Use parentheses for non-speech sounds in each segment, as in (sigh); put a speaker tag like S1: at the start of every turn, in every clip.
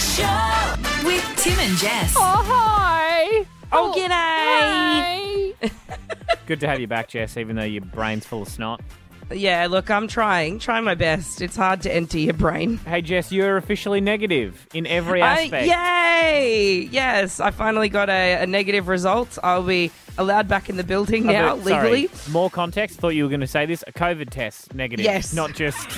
S1: show with Tim and Jess.
S2: Oh, hi.
S1: Oh, g'day.
S2: Good to have you back, Jess, even though your brain's full of snot.
S3: (laughs) Yeah, look, I'm trying, trying my best. It's hard to enter your
S2: (laughs)
S3: brain.
S2: Hey, Jess, you're officially negative in every
S3: I,
S2: aspect.
S3: yay! Yes, I finally got a, a negative result. I'll be allowed back in the building
S2: Oh,
S3: now
S2: but- sorry.
S3: legally.
S2: More context. Thought you were going to say this. A COVID test, negative.
S3: Yes.
S2: Not just.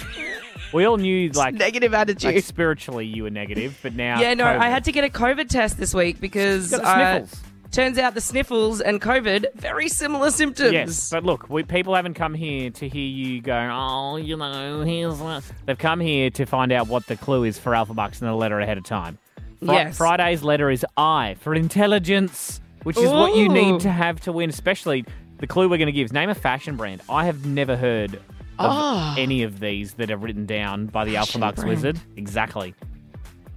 S2: We all knew, like,
S3: negative attitude.
S2: like spiritually, you were negative, but now.
S3: yeah, no, I
S2: COVID.
S3: had to get a COVID test this week because
S2: Got the
S3: uh,
S2: sniffles.
S3: turns out the sniffles and COVID very similar symptoms.
S2: Yes, but look, we, people haven't come here to hear you going, oh, you know, here's. what-" They've come here to find out what the clue is for Alpha Bucks and the letter ahead of time. Fri-
S3: Yes.
S2: Friday's letter is I for intelligence, which is what you need
S3: Ooh.
S2: to have to win, especially the clue we're going to give is name a fashion brand. I have never heard of any of these that are written down by the Alpha
S3: Ah. Fashion
S2: Bucks
S3: brand.
S2: Wizard. Exactly.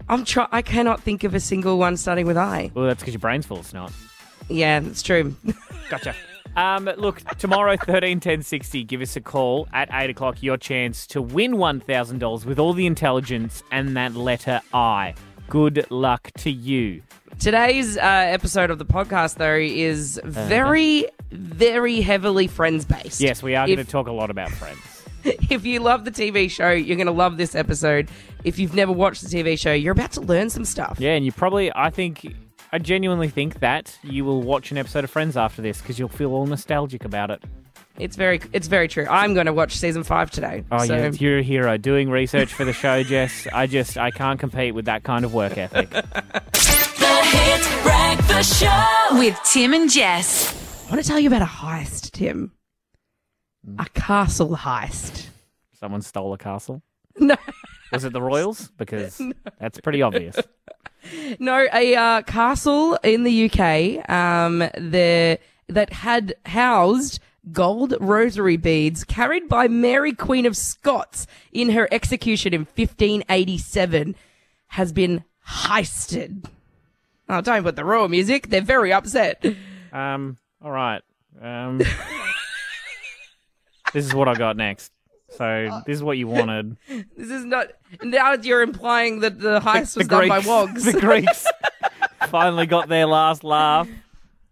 S3: I'm try. I cannot think of a single one starting with I.
S2: Well, that's because your brain's full of snot.
S3: Yeah, it's true. (laughs)
S2: Gotcha. Um, look, tomorrow, 13 10 60, give us a call at 8 o'clock. Your chance to win $1,000 with all the intelligence and that letter I. Good luck to you.
S3: Today's uh, episode of the podcast, though, is very, very heavily friends based.
S2: Uh-huh. Yes, we are
S3: If-
S2: going to talk a lot about friends.
S3: If (laughs) you love the TV show, you're going to love this episode. If you've never watched the TV show, you're about to learn some stuff.
S2: Yeah, and you probably, I think, I genuinely think that you will watch an episode of Friends after this because you'll feel all nostalgic about it.
S3: It's very, it's very true. I'm going to watch season five today.
S2: Oh,
S3: so,
S2: yeah, you're a hero doing research for the show, Jess. I just, I can't compete with that kind of work ethic.
S1: The Hit Breakfast Show with Tim and Jess.
S3: I want to tell you about a heist, Tim. A castle heist.
S2: Someone stole a castle.
S3: (laughs) No,
S2: Was it the Royals?
S3: (laughs)
S2: Because that's pretty obvious.
S3: no, a uh, castle in the UK. Um, the that had housed gold rosary beads carried by Mary Queen of Scots in her execution in 1587 has been heisted. Oh, don't put the royal music. They're very upset.
S2: Um, all right.
S3: (laughs)
S2: Um, this is what I got next. So this is what you wanted.
S3: This is not. Now you're implying that the heist
S2: the
S3: was done by
S2: Greeks, (laughs)
S3: wogs. (laughs)
S2: the Greeks finally got their last laugh.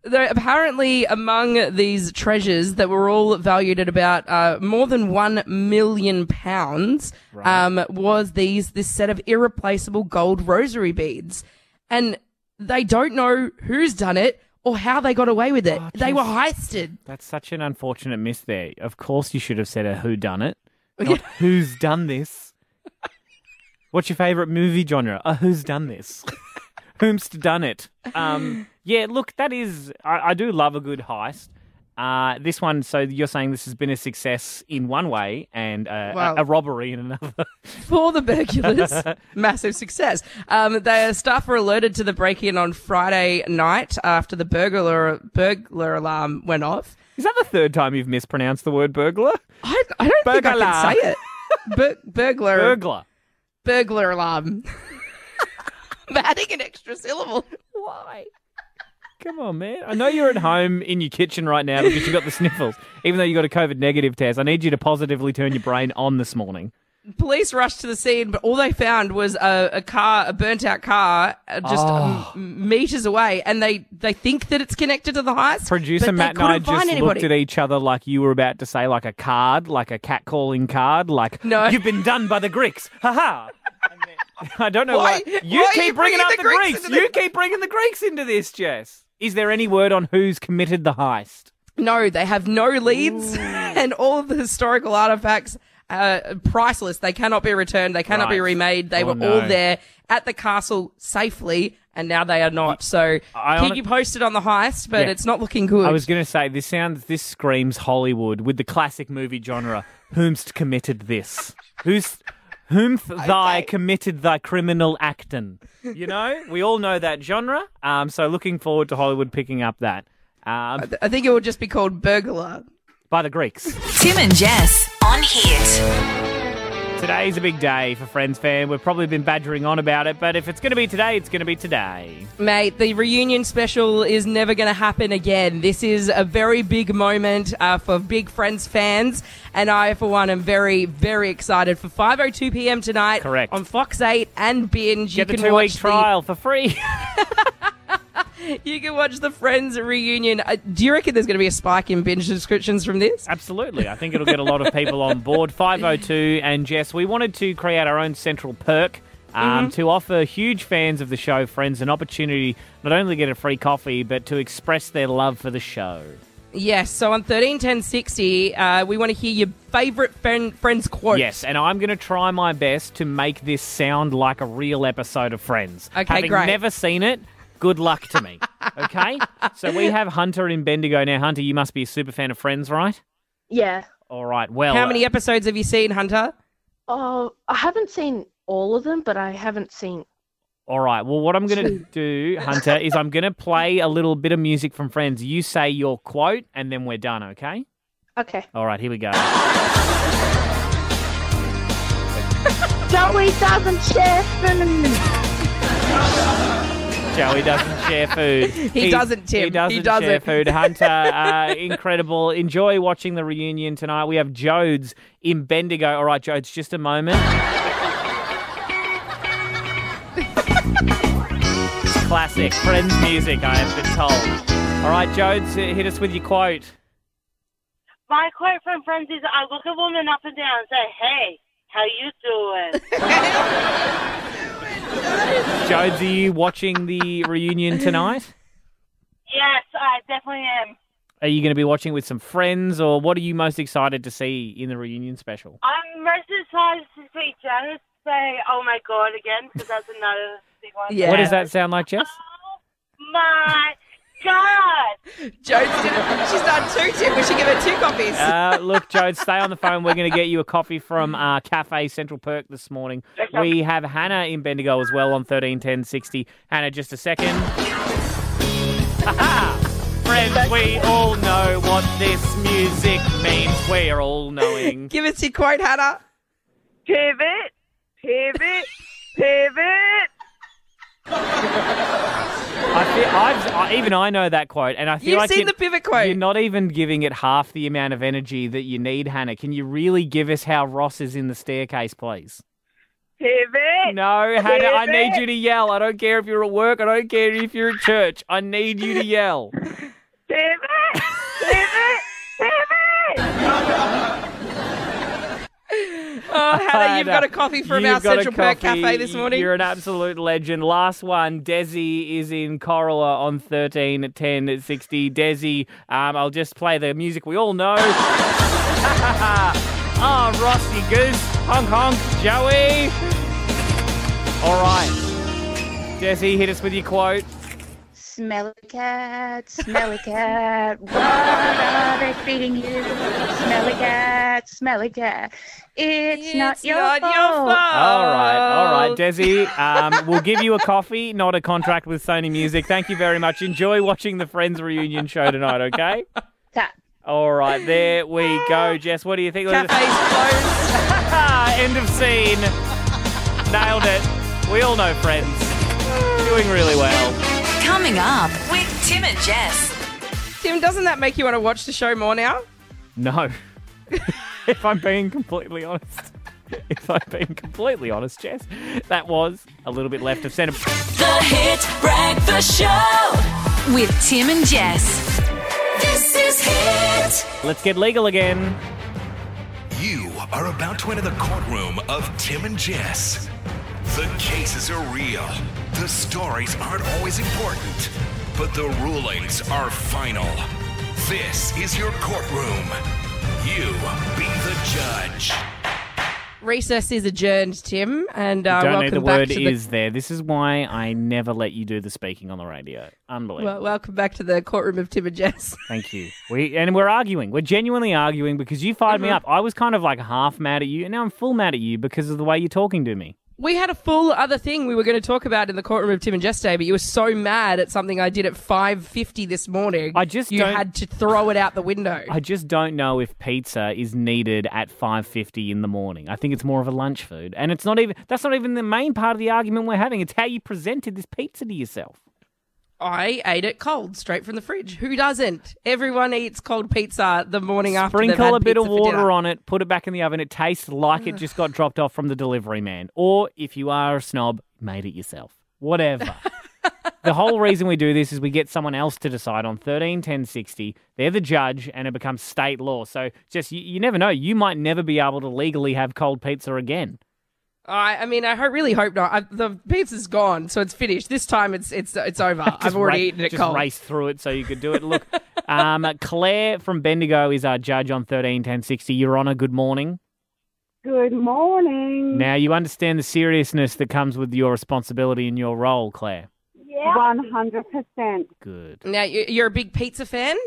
S3: Though apparently, among these treasures that were all valued at about uh, more than one million pounds, um, was these this set of irreplaceable gold rosary beads, and they don't know who's done it or how they got away with it. they were heisted.
S2: That's such an unfortunate miss there. Of course, you should have said a who done it, not who's done this. What's your favorite movie genre? A who's done this? (laughs) Whom's done it? Um, yeah, look, that is. I, I do love a good heist. Uh, this one, so you're saying this has been a success in one way and uh,
S3: Wow.
S2: a, a robbery in another. (laughs)
S3: for the burglars. Massive success. Um, their staff were alerted to the break-in on Friday night after the burglar burglar alarm went off.
S2: is that the third time you've mispronounced the word burglar?
S3: I, I don't think I
S2: Burglar.
S3: can say it. Bur- burglar
S2: (laughs) Burglar.
S3: burglar alarm. I'm (laughs) adding an extra syllable. Why?
S2: Come on, man. I know you're at home in your kitchen right now because you got the sniffles, even though you got a COVID negative test. I need you to positively turn your brain on this morning.
S3: Police rushed to the scene, but all they found was a, a car, a burnt out car, uh, just
S2: Oh.
S3: m- meters away, and they they think that it's connected to the heist.
S2: Producer
S3: but they
S2: Matt and I
S3: couldn't find
S2: just
S3: anybody.
S2: looked at each other like you were about to say, like a card, like a cat calling card, like,
S3: No.
S2: you've been done by the Greeks. Ha ha. I don't know why.
S3: Why-
S2: You
S3: why are
S2: keep
S3: you
S2: bringing
S3: bringing
S2: up
S3: the
S2: the,
S3: Greeks
S2: Greeks.
S3: into
S2: You
S3: this?
S2: keep bringing the Greeks into this, Jess. Is there any word on who's committed the heist?
S3: No, they have no leads, (laughs) and all of the historical artifacts uh, priceless. They cannot be returned. They cannot be
S2: Right.
S3: remade. They
S2: Oh,
S3: were
S2: no.
S3: all there at the castle safely, and now they are not. So
S2: I
S3: keep
S2: hon-
S3: you posted on the heist, but
S2: Yeah.
S3: it's not looking good.
S2: I was going to say this sounds this screams Hollywood with the classic movie genre. Whomst committed this? Who's whomth thy committed thy criminal actin? You know, we all know that genre. Um, so looking forward to Hollywood picking up that um,
S3: I think it would just be called burglar.
S2: by the Greeks.
S1: Tim and Jess on Hit.
S2: It's Today's a big day for Friends fan. We've probably been badgering on about it, but if it's going to be today, it's going to be today.
S3: Mate, the reunion special is never going to happen again. This is a very big moment uh, for big Friends fans, and I, for one, am very, very excited for 5:02 p.m. tonight.
S2: Correct.
S3: on Fox 8 and binge.
S2: Get
S3: you
S2: the
S3: can
S2: two
S3: watch
S2: week trial for free. (laughs)
S3: The, you can watch the Friends reunion. Uh, do you reckon there's going to be a spike in binge subscriptions from this?
S2: Absolutely. I think it'll get a lot of people on
S3: (laughs)
S2: board. 502 and Jess, we wanted to create our own central perk
S3: Mm-hmm.
S2: um, to offer huge fans of the show, friends, an opportunity not only to get a free coffee, but to express their love for the show.
S3: Yes. So on 131060, uh, we want to hear your favorite friend, Friends quotes.
S2: Yes, and I'm going to try my best to make this sound like a real episode of Friends.
S3: Okay,
S2: Having
S3: great.
S2: never seen it, good luck
S3: (laughs)
S2: to me. okay? So we have Hunter in Bendigo now. Hunter, you must be a super fan of Friends, right?
S4: Yeah.
S2: All right. Well,
S3: How many episodes have you seen, Hunter?
S4: Oh, I haven't seen all of them, but I haven't seen.
S2: All right. Well, what I'm going to do, Hunter, is I'm going to play a little bit of music from Friends. You say your quote, and then we're done. Okay.
S4: Okay.
S2: All right. Here we go.
S4: Joey doesn't share food.
S2: Joey doesn't share food.
S3: (laughs) He doesn't, Tim.
S2: He
S3: He
S2: doesn't, share
S3: doesn't. (laughs)
S2: food. Hunter, uh, incredible. Enjoy watching the reunion tonight. We have Jodes in Bendigo. All right, Jodes, just a moment. Classic Friends music, I have been told. All right, Jodes, uh, hit us with your quote.
S5: my quote from friends is I look a woman up and down and say, Hey, how you doing?
S2: Jodes, are you watching the reunion tonight?
S5: yes, I definitely am.
S2: Are you going to be watching with some friends, or what are you most excited to see in the reunion special?
S5: I'm most excited to see Janice say, Oh my god again, because that's another big one.
S3: Yeah.
S2: What does that sound like, Jess?
S5: Oh my god.
S3: Joe's gonna, she's done two, Tim. We should give her two copies.
S2: Uh, look, Jode, stay on the phone. We're going to get you a coffee from uh, Cafe Central Perk this morning. We have Hannah in Bendigo as well on thirteen ten sixty. Hannah, just a second. (laughs) Aha! Friends, we all know what this music means. We're all knowing.
S3: Give us your quote, Hannah.
S5: Pivot, pivot, pivot.
S2: I feel, I've, I, even I know that quote, and I feel
S3: You've
S2: like
S3: seen
S2: you-
S3: the pivot quote.
S2: You're not even giving it half the amount of energy that you need, Hannah. Can you really give us how Ross is in the staircase, please?
S5: Pivot.
S2: No, Hannah, I
S5: Pivot.
S2: need you to yell. I don't care if you're at work. I don't care if you're at church. I need you to yell.
S5: Pivot. Pivot. Pivot.
S3: Oh, Hannah, you've
S2: Hannah,
S3: got a coffee from our
S2: you've got a
S3: Central Perk
S2: coffee.
S3: Cafe this morning.
S2: You're an absolute legend. Last one, Desi is in Corolla on 13 at 10 at 60. Desi, um, I'll just play the music we all know. (laughs) Ah, Rossi Goose, honk honk, Joey. All right. Desi, hit us with your quote.
S6: Smelly cat, smelly cat, what are they feeding you? Smelly cat, smelly cat, it's, not, your, fault.
S2: All right, all
S3: Oh.
S2: right, Desi. Um, we'll give you a coffee, not a contract with Sony Music. Thank you very much. Enjoy watching the Friends reunion show tonight, okay?
S6: Ta-
S2: All right, there we go, Jess. What do you think?
S3: Cafe's closed.
S2: End of scene. Nailed it. We all know Friends. Doing really well.
S1: Coming up with Tim and Jess.
S3: Tim, doesn't that make you want to watch the show more now?
S2: No. (laughs) if I'm being completely honest. If I'm being completely honest, Jess, that was a little bit left of centre.
S1: The Hit Breakfast Show with Tim and Jess. This is Hit.
S2: Let's get legal again.
S7: You are about to enter the courtroom of Tim and Jess. The cases are real. The stories aren't always important, but the rulings are final. This is your courtroom. You be the judge.
S3: Recess is adjourned, Tim, and uh,
S2: Don't
S3: welcome
S2: need the
S3: back
S2: word
S3: to
S2: is there. This is why I never let you do the speaking on the radio.
S3: the
S2: Unbelievable.
S3: well, welcome back to the courtroom of Tim and Jess.
S2: Thank you. We and we're arguing. We're genuinely
S3: Uh-huh.
S2: arguing because you fired me up. I was kind of like half mad at you, and now I'm full mad at you because of the way you're talking to me.
S3: We had a full other thing we were going to talk about in the courtroom of Tim and Jess today, but you were so mad at something I did at five fifty this morning.
S2: I just
S3: you
S2: don't-
S3: had to throw it out the window.
S2: I just don't know if pizza is needed at 5:50 in the morning. I think it's more of a lunch food, and it's not even that's not even the main part of the argument we're having. It's how you presented this pizza to yourself.
S3: I ate it cold, straight from the fridge. Who doesn't? Everyone eats cold pizza the morning after. they've
S2: Sprinkle
S3: had
S2: a bit of
S3: pizza for dinner.
S2: water on it, put it back in the oven. It tastes like it just got dropped off from the delivery man, or if you are a snob, made it yourself. Whatever. (laughs) the whole reason we do this is we get someone else to decide on 13 10 60 they're the judge and it becomes state law so just you, you never know you might never be able to legally have cold pizza again
S3: I, I mean, I ho- really hope not. I, the pizza's gone, so it's finished. This time, it's it's it's over. I've
S2: Just
S3: already
S2: ra-
S3: eaten it
S2: just
S3: cold.
S2: race through it so you could do it. Look, (laughs) um, Claire from Bendigo is our judge on thirteen ten sixty. Your Honour, good morning.
S8: Good morning.
S2: Now you understand the seriousness that comes with your responsibility and your role, Claire.
S8: One hundred percent.
S2: Good.
S3: Now you- you're a big pizza fan.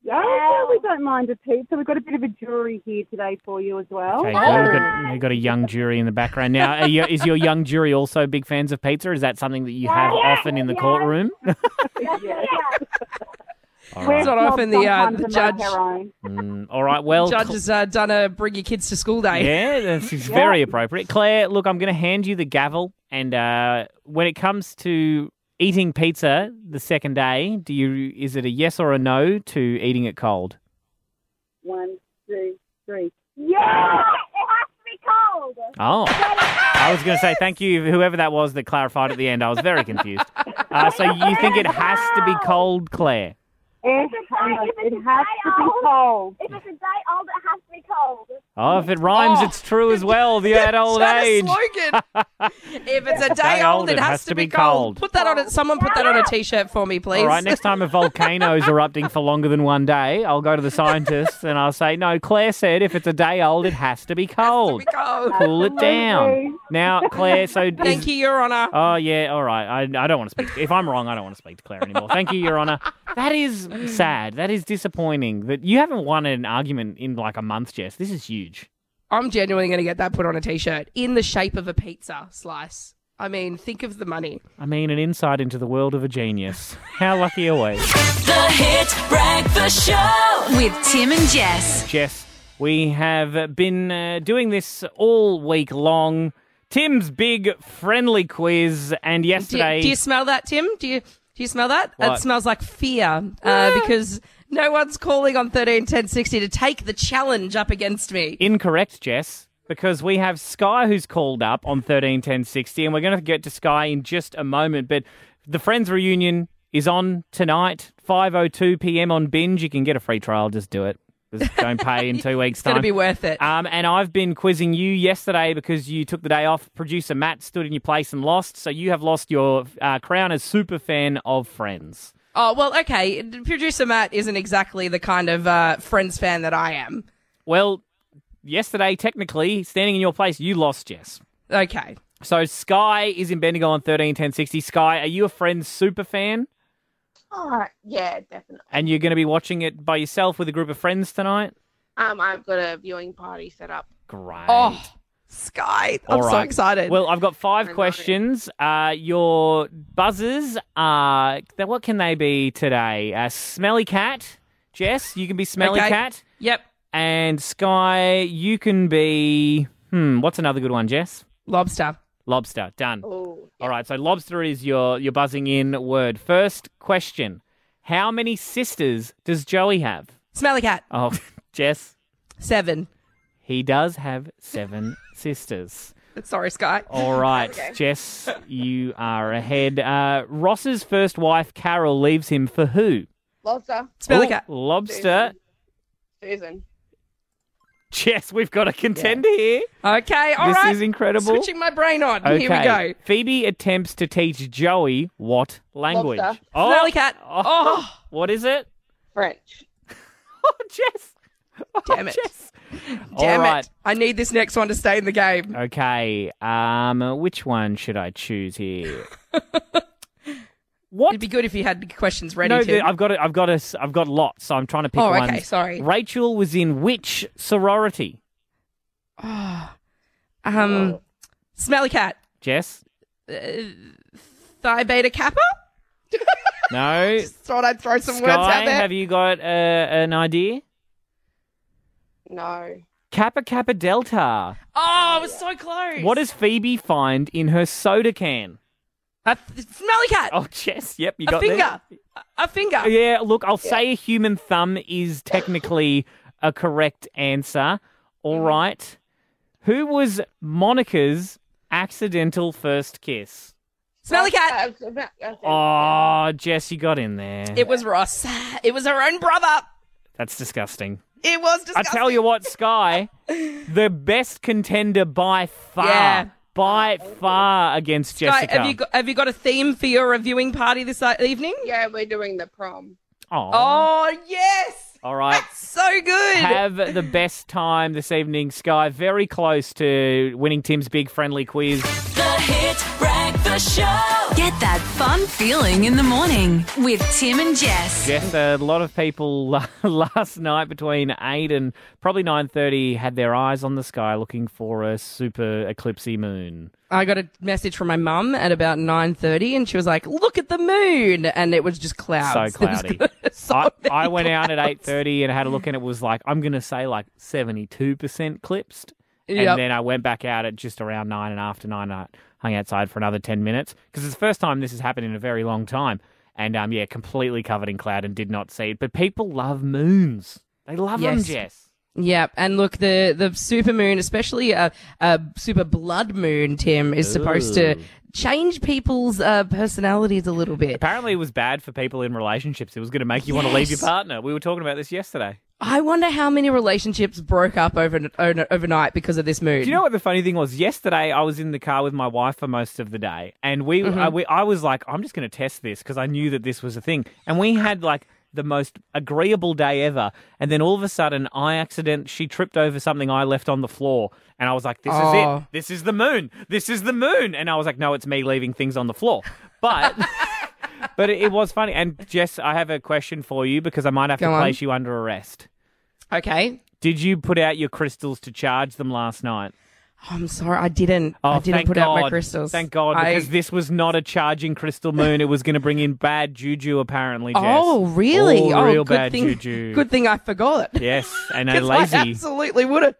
S8: Yeah, we don't mind a pizza. We've got a bit of a jury here today for you as well.
S2: Okay, so we've got, we've got a young jury in the background. Now, are you, is your young jury also big fans of pizza? Is that something that you have often in the courtroom? All
S8: We're
S2: right.
S3: It's not
S8: snobs
S3: often the, uh,
S8: sometimes
S3: the
S8: and make
S3: judge-
S8: our own.
S2: Mm, all right. Well,
S3: Judge has uh, done a bring your kids to school day.
S2: Yeah, that's it's very appropriate. Claire, look, I'm going to hand you the gavel. And uh, when it comes to eating pizza the second day, do you is it a yes or a no to eating it cold?
S8: One, two, three. Yeah, it has to be cold.
S2: Oh, I was going to say thank you, whoever that was that clarified at the end. I was very confused. Uh, so you think it has to be cold, Claire?
S8: It, it has to be cold.
S9: If it's a day old, it has to be cold.
S2: Oh, if it rhymes,
S3: Oh.
S2: it's true as well. The
S3: (laughs)
S2: at old
S3: That's a
S2: age.
S3: slogan. if it's a day old, it has to be cold. Put that on it. Someone put that on a t-shirt for me, please.
S2: All right, next time a volcano is erupting for longer than one day, I'll go to the scientists and I'll say, no, Claire said if it's a day old, it has to be cold.
S3: Be cold.
S2: Cool it down. Now, Claire, so.
S3: Thank you, Your Honour.
S2: Oh, yeah, all right. I, I don't want to speak. If I'm wrong, I don't want to speak to Claire anymore. Thank you, Your Honour. That is sad. That is disappointing that you haven't won an argument in like a month, Jess. This is huge.
S3: I'm genuinely going to get that put on a t-shirt in the shape of a pizza slice. I mean, think of the money.
S2: I mean, an insight into the world of a genius. How lucky are we?
S1: The Hit Breakfast Show with Tim and Jess.
S2: Jess, we have been uh, doing this all week long. Tim's big friendly quiz, and
S3: Do you,
S2: yesterday,
S3: do you smell that, Tim? Do you do you smell that? That
S2: What?
S3: smells like fear uh, because no one's calling on thirteen ten sixty to take the challenge up against me.
S2: incorrect, Jess, because we have Sky who's called up on thirteen ten sixty, and we're going to get to Sky in just a moment. But the Friends reunion is on tonight, five oh two p.m. on binge. You can get a free trial. Just do it. Just don't pay
S3: (laughs)
S2: in two weeks'
S3: It's going to
S2: time.
S3: be worth it.
S2: Um, and I've been quizzing you yesterday because you took the day off. Producer Matt stood in your place and lost, so you have lost your uh, crown as super fan of Friends.
S3: Oh well, okay. Producer Matt isn't exactly the kind of uh, Friends fan that I am.
S2: Well, yesterday, technically, standing in your place, you lost, Jess.
S3: Okay,
S2: So Sky is in Bendigo on thirteen ten sixty. Sky, are you a Friends super fan?
S4: Oh, yeah, definitely.
S2: And you're going to be watching it by yourself with a group of friends tonight.
S4: Um, I've got a viewing party set up.
S2: Great.
S3: Oh, Sky, I'm
S2: All
S3: so
S2: right.
S3: excited.
S2: Well, I've got five
S4: it.
S2: questions. Uh, your buzzers are th- what can they be today? Uh, smelly cat, Jess, you can be smelly
S3: Okay.
S2: cat,
S3: yep,
S2: and Sky, you can be hmm. What's another good one, Jess?
S3: lobster.
S2: Lobster. Done.
S4: Oh,
S2: All right. So lobster is your your buzzing in word. First question: How many sisters does Joey have?
S3: Smelly cat.
S2: Oh, (laughs) Jess,
S3: Seven.
S2: he does have seven (laughs) sisters.
S3: Sorry, Sky.
S2: All right, Jess, you are ahead. Uh, Ross's first wife, Carol, leaves him for who?
S4: lobster,
S3: Smelly
S2: Oh,
S3: cat.
S2: Lobster.
S4: Susan.
S2: Jess, we've got a contender here.
S3: Okay, all right.
S2: this is incredible.
S3: Switching my brain on.
S2: Okay.
S3: Here we go.
S2: Phoebe attempts to teach Joey what language?
S4: Lobster.
S2: Oh,
S3: Smelly cat.
S2: Oh,
S3: Oh.
S2: What is it? (laughs)
S4: French.
S2: Oh, Jess. Oh,
S3: Damn it.
S2: Jess.
S3: Damn
S2: All right.
S3: it. I need this next one to stay in the game.
S2: Okay. Um, which one should I choose here? (laughs) what
S3: It'd be good if you had questions ready
S2: no,
S3: to.
S2: the- I've got a, I've got a, s- I've got lots, so I'm trying to pick
S3: Oh, okay,
S2: one.
S3: sorry.
S2: Rachel was in which sorority?
S3: um, Smelly cat.
S2: Jess?
S3: Uh, thigh beta kappa?
S2: No.
S3: Thought I'd throw (laughs) some words
S2: Sky,
S3: out there.
S2: have you got uh, an idea?
S4: No.
S2: Kappa Kappa Delta.
S3: oh, I was so close.
S2: What does Phoebe find in her soda can?
S3: a th- smelly cat?
S2: Oh, Jess, yep, you
S3: a
S2: got
S3: finger. A- A finger.
S2: This. Yeah, look, I'll say a human thumb is technically a correct answer. All right. Who was Monica's accidental first kiss?
S3: Smelly cat.
S4: I was about- I was-
S2: Oh, Jess, you got in there.
S3: It was Ross. It was her own brother.
S2: That's disgusting.
S3: It was
S2: I
S3: disgusting.
S2: tell you
S3: (laughs)
S2: what, Sky, the best contender by far,
S3: Yeah.
S2: by far against
S3: Guy,
S2: Jessica.
S3: have you got, have you got a theme for your reviewing party this uh, evening?
S4: yeah, we're doing the prom.
S2: Aw.
S3: Oh yes,
S2: All right.
S3: so good.
S2: Have the best time this evening, Sky. Very close to winning Tim's big friendly quiz.
S1: The Hit Breakfast Show. Get that fun feeling in the morning with Tim and Jess.
S2: Jeff, a lot of people (laughs) la- last night between eight and probably nine thirty had their eyes on the sky looking for a super eclipsey moon.
S3: I got a message from my mum at about nine thirty, and she was like, "Look at the moon," and it was just clouds. (laughs)
S2: So
S3: It was
S2: cloudy.
S3: good. So
S2: I,
S3: many
S2: I went
S3: (laughs)
S2: out at
S3: clouds.
S2: eight thirty and had a look, and it was like I'm going to say like seventy two percent clipped.
S3: Yep.
S2: And then I went back out at just around nine and after nine, I hung outside for another ten minutes because it's the first time this has happened in a very long time. And um, yeah, completely covered in cloud and did not see it. But people love moons; they love them,
S3: Yes.
S2: Jess.
S3: Yep, and look, the the super moon, especially a, a super blood moon, Tim, is supposed to
S2: Ooh.
S3: change people's uh, personalities a little bit.
S2: Apparently, it was bad for people in relationships. It was going to make you want to leave your
S3: Yes.
S2: partner. We were talking about this yesterday.
S3: I wonder how many relationships broke up over, over overnight because of this moon.
S2: Do you know what the funny thing was? Yesterday, I was in the car with my wife for most of the day, and we,
S3: Mm-hmm.
S2: I, we I was like, I'm just going to test this because I knew that this was a thing, and we had like the most agreeable day ever. And then all of a sudden, I accident she tripped over something I left on the floor, and I was like, This is
S3: Oh.
S2: it. This is the moon. This is the moon. And I was like, No, it's me leaving things on the floor,
S3: (laughs)
S2: but. But it, it was funny. And Jess, I have a question for you because I might have
S3: Go
S2: to
S3: on.
S2: place you under arrest.
S3: Okay,
S2: Did you put out your crystals to charge them last night?
S3: Oh, I'm sorry, I didn't.
S2: Oh,
S3: I didn't
S2: thank
S3: put
S2: God.
S3: out my crystals.
S2: Thank God,
S3: I-
S2: because this was not a charging crystal moon. It was going to bring in bad juju, apparently. Jess.
S3: Oh, really?
S2: All
S3: oh,
S2: real
S3: good
S2: bad
S3: thing, (laughs)
S2: juju.
S3: Good thing I forgot.
S2: Yes, and a
S3: (laughs) 'Cause I
S2: lazy.
S3: absolutely would have.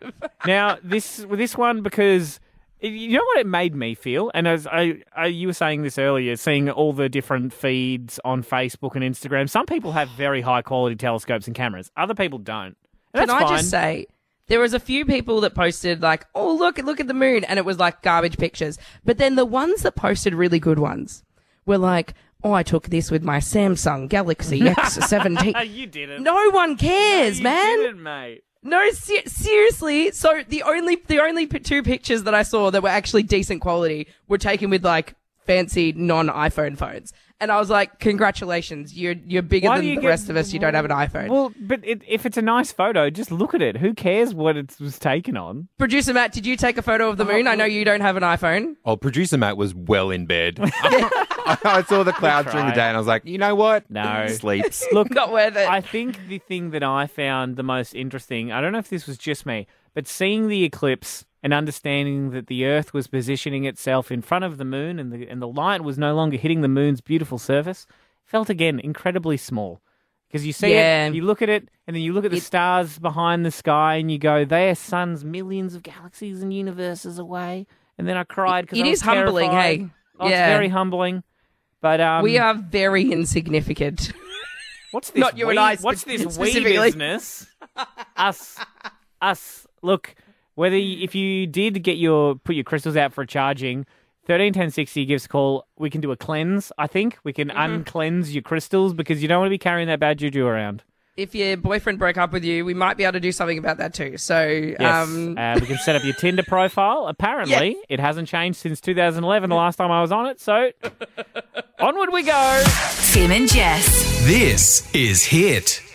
S2: Now this this one because you know what it made me feel, and as I, I you were saying this earlier, seeing all the different feeds on Facebook and Instagram. Some people have very high quality telescopes and cameras. Other people don't.
S3: (laughs)
S2: And
S3: Can
S2: that's
S3: I
S2: fine.
S3: just say there was a few people that posted like, "Oh, look, look at the moon," and it was like garbage pictures. But then the ones that posted really good ones were like, "Oh, I took this with my Samsung Galaxy
S2: (laughs) Oh,
S3: S17."
S2: you didn't.
S3: No one cares,
S2: You
S3: man.
S2: didn't, mate.
S3: No, se- seriously. So the only the only p- two pictures that I saw that were actually decent quality were taken with like fancy non iPhone phones, and I was like, "Congratulations, you're you're bigger
S2: Why do
S3: than
S2: you
S3: the
S2: get-
S3: rest of us. You don't have an iPhone."
S2: Well, but it, if it's a nice photo, just look at it. Who cares what it was taken on?
S3: Producer Matt, did you take a photo of the moon? I know you don't have an iPhone.
S10: Oh, producer Matt was well in bed. (laughs) I saw the clouds during the
S2: tried.
S10: day and I was like, you know what?
S2: No.
S10: Sleeps.
S3: (laughs)
S2: Look,
S3: Not worth it.
S2: I think the thing that I found the most interesting, I don't know if this was just me, but seeing the eclipse and understanding that the Earth was positioning itself in front of the moon and the, and the light was no longer hitting the moon's beautiful surface felt again incredibly small. Because you see
S3: Yeah.
S2: it, you look at it, and then you look at the stars behind the sky and you go, they are suns millions of galaxies and universes away. And then I cried because
S3: It
S2: I
S3: is
S2: was
S3: humbling,
S2: terrified.
S3: hey?
S2: Oh, it's
S3: Yeah.
S2: very humbling. But um,
S3: we are very insignificant. (laughs)
S2: What's this?
S3: Not you and
S2: we-
S3: I
S2: What's
S3: spe-
S2: (laughs) this we
S3: specifically.
S2: business? us, us. Look, whether you, if you did get your put your crystals out for charging, thirteen ten sixty gives a call. We can do a cleanse. I think we can uncleanse your crystals because you don't want to be carrying that bad juju around.
S3: if your boyfriend broke up with you, we might be able to do something about that too. So,
S2: Yes,
S3: um,
S2: uh, we can set up your (laughs) Tinder profile. Apparently, it hasn't changed since 2011, the last time I was on it. So, onward we go.
S1: Tim and Jess.
S7: This is Hit.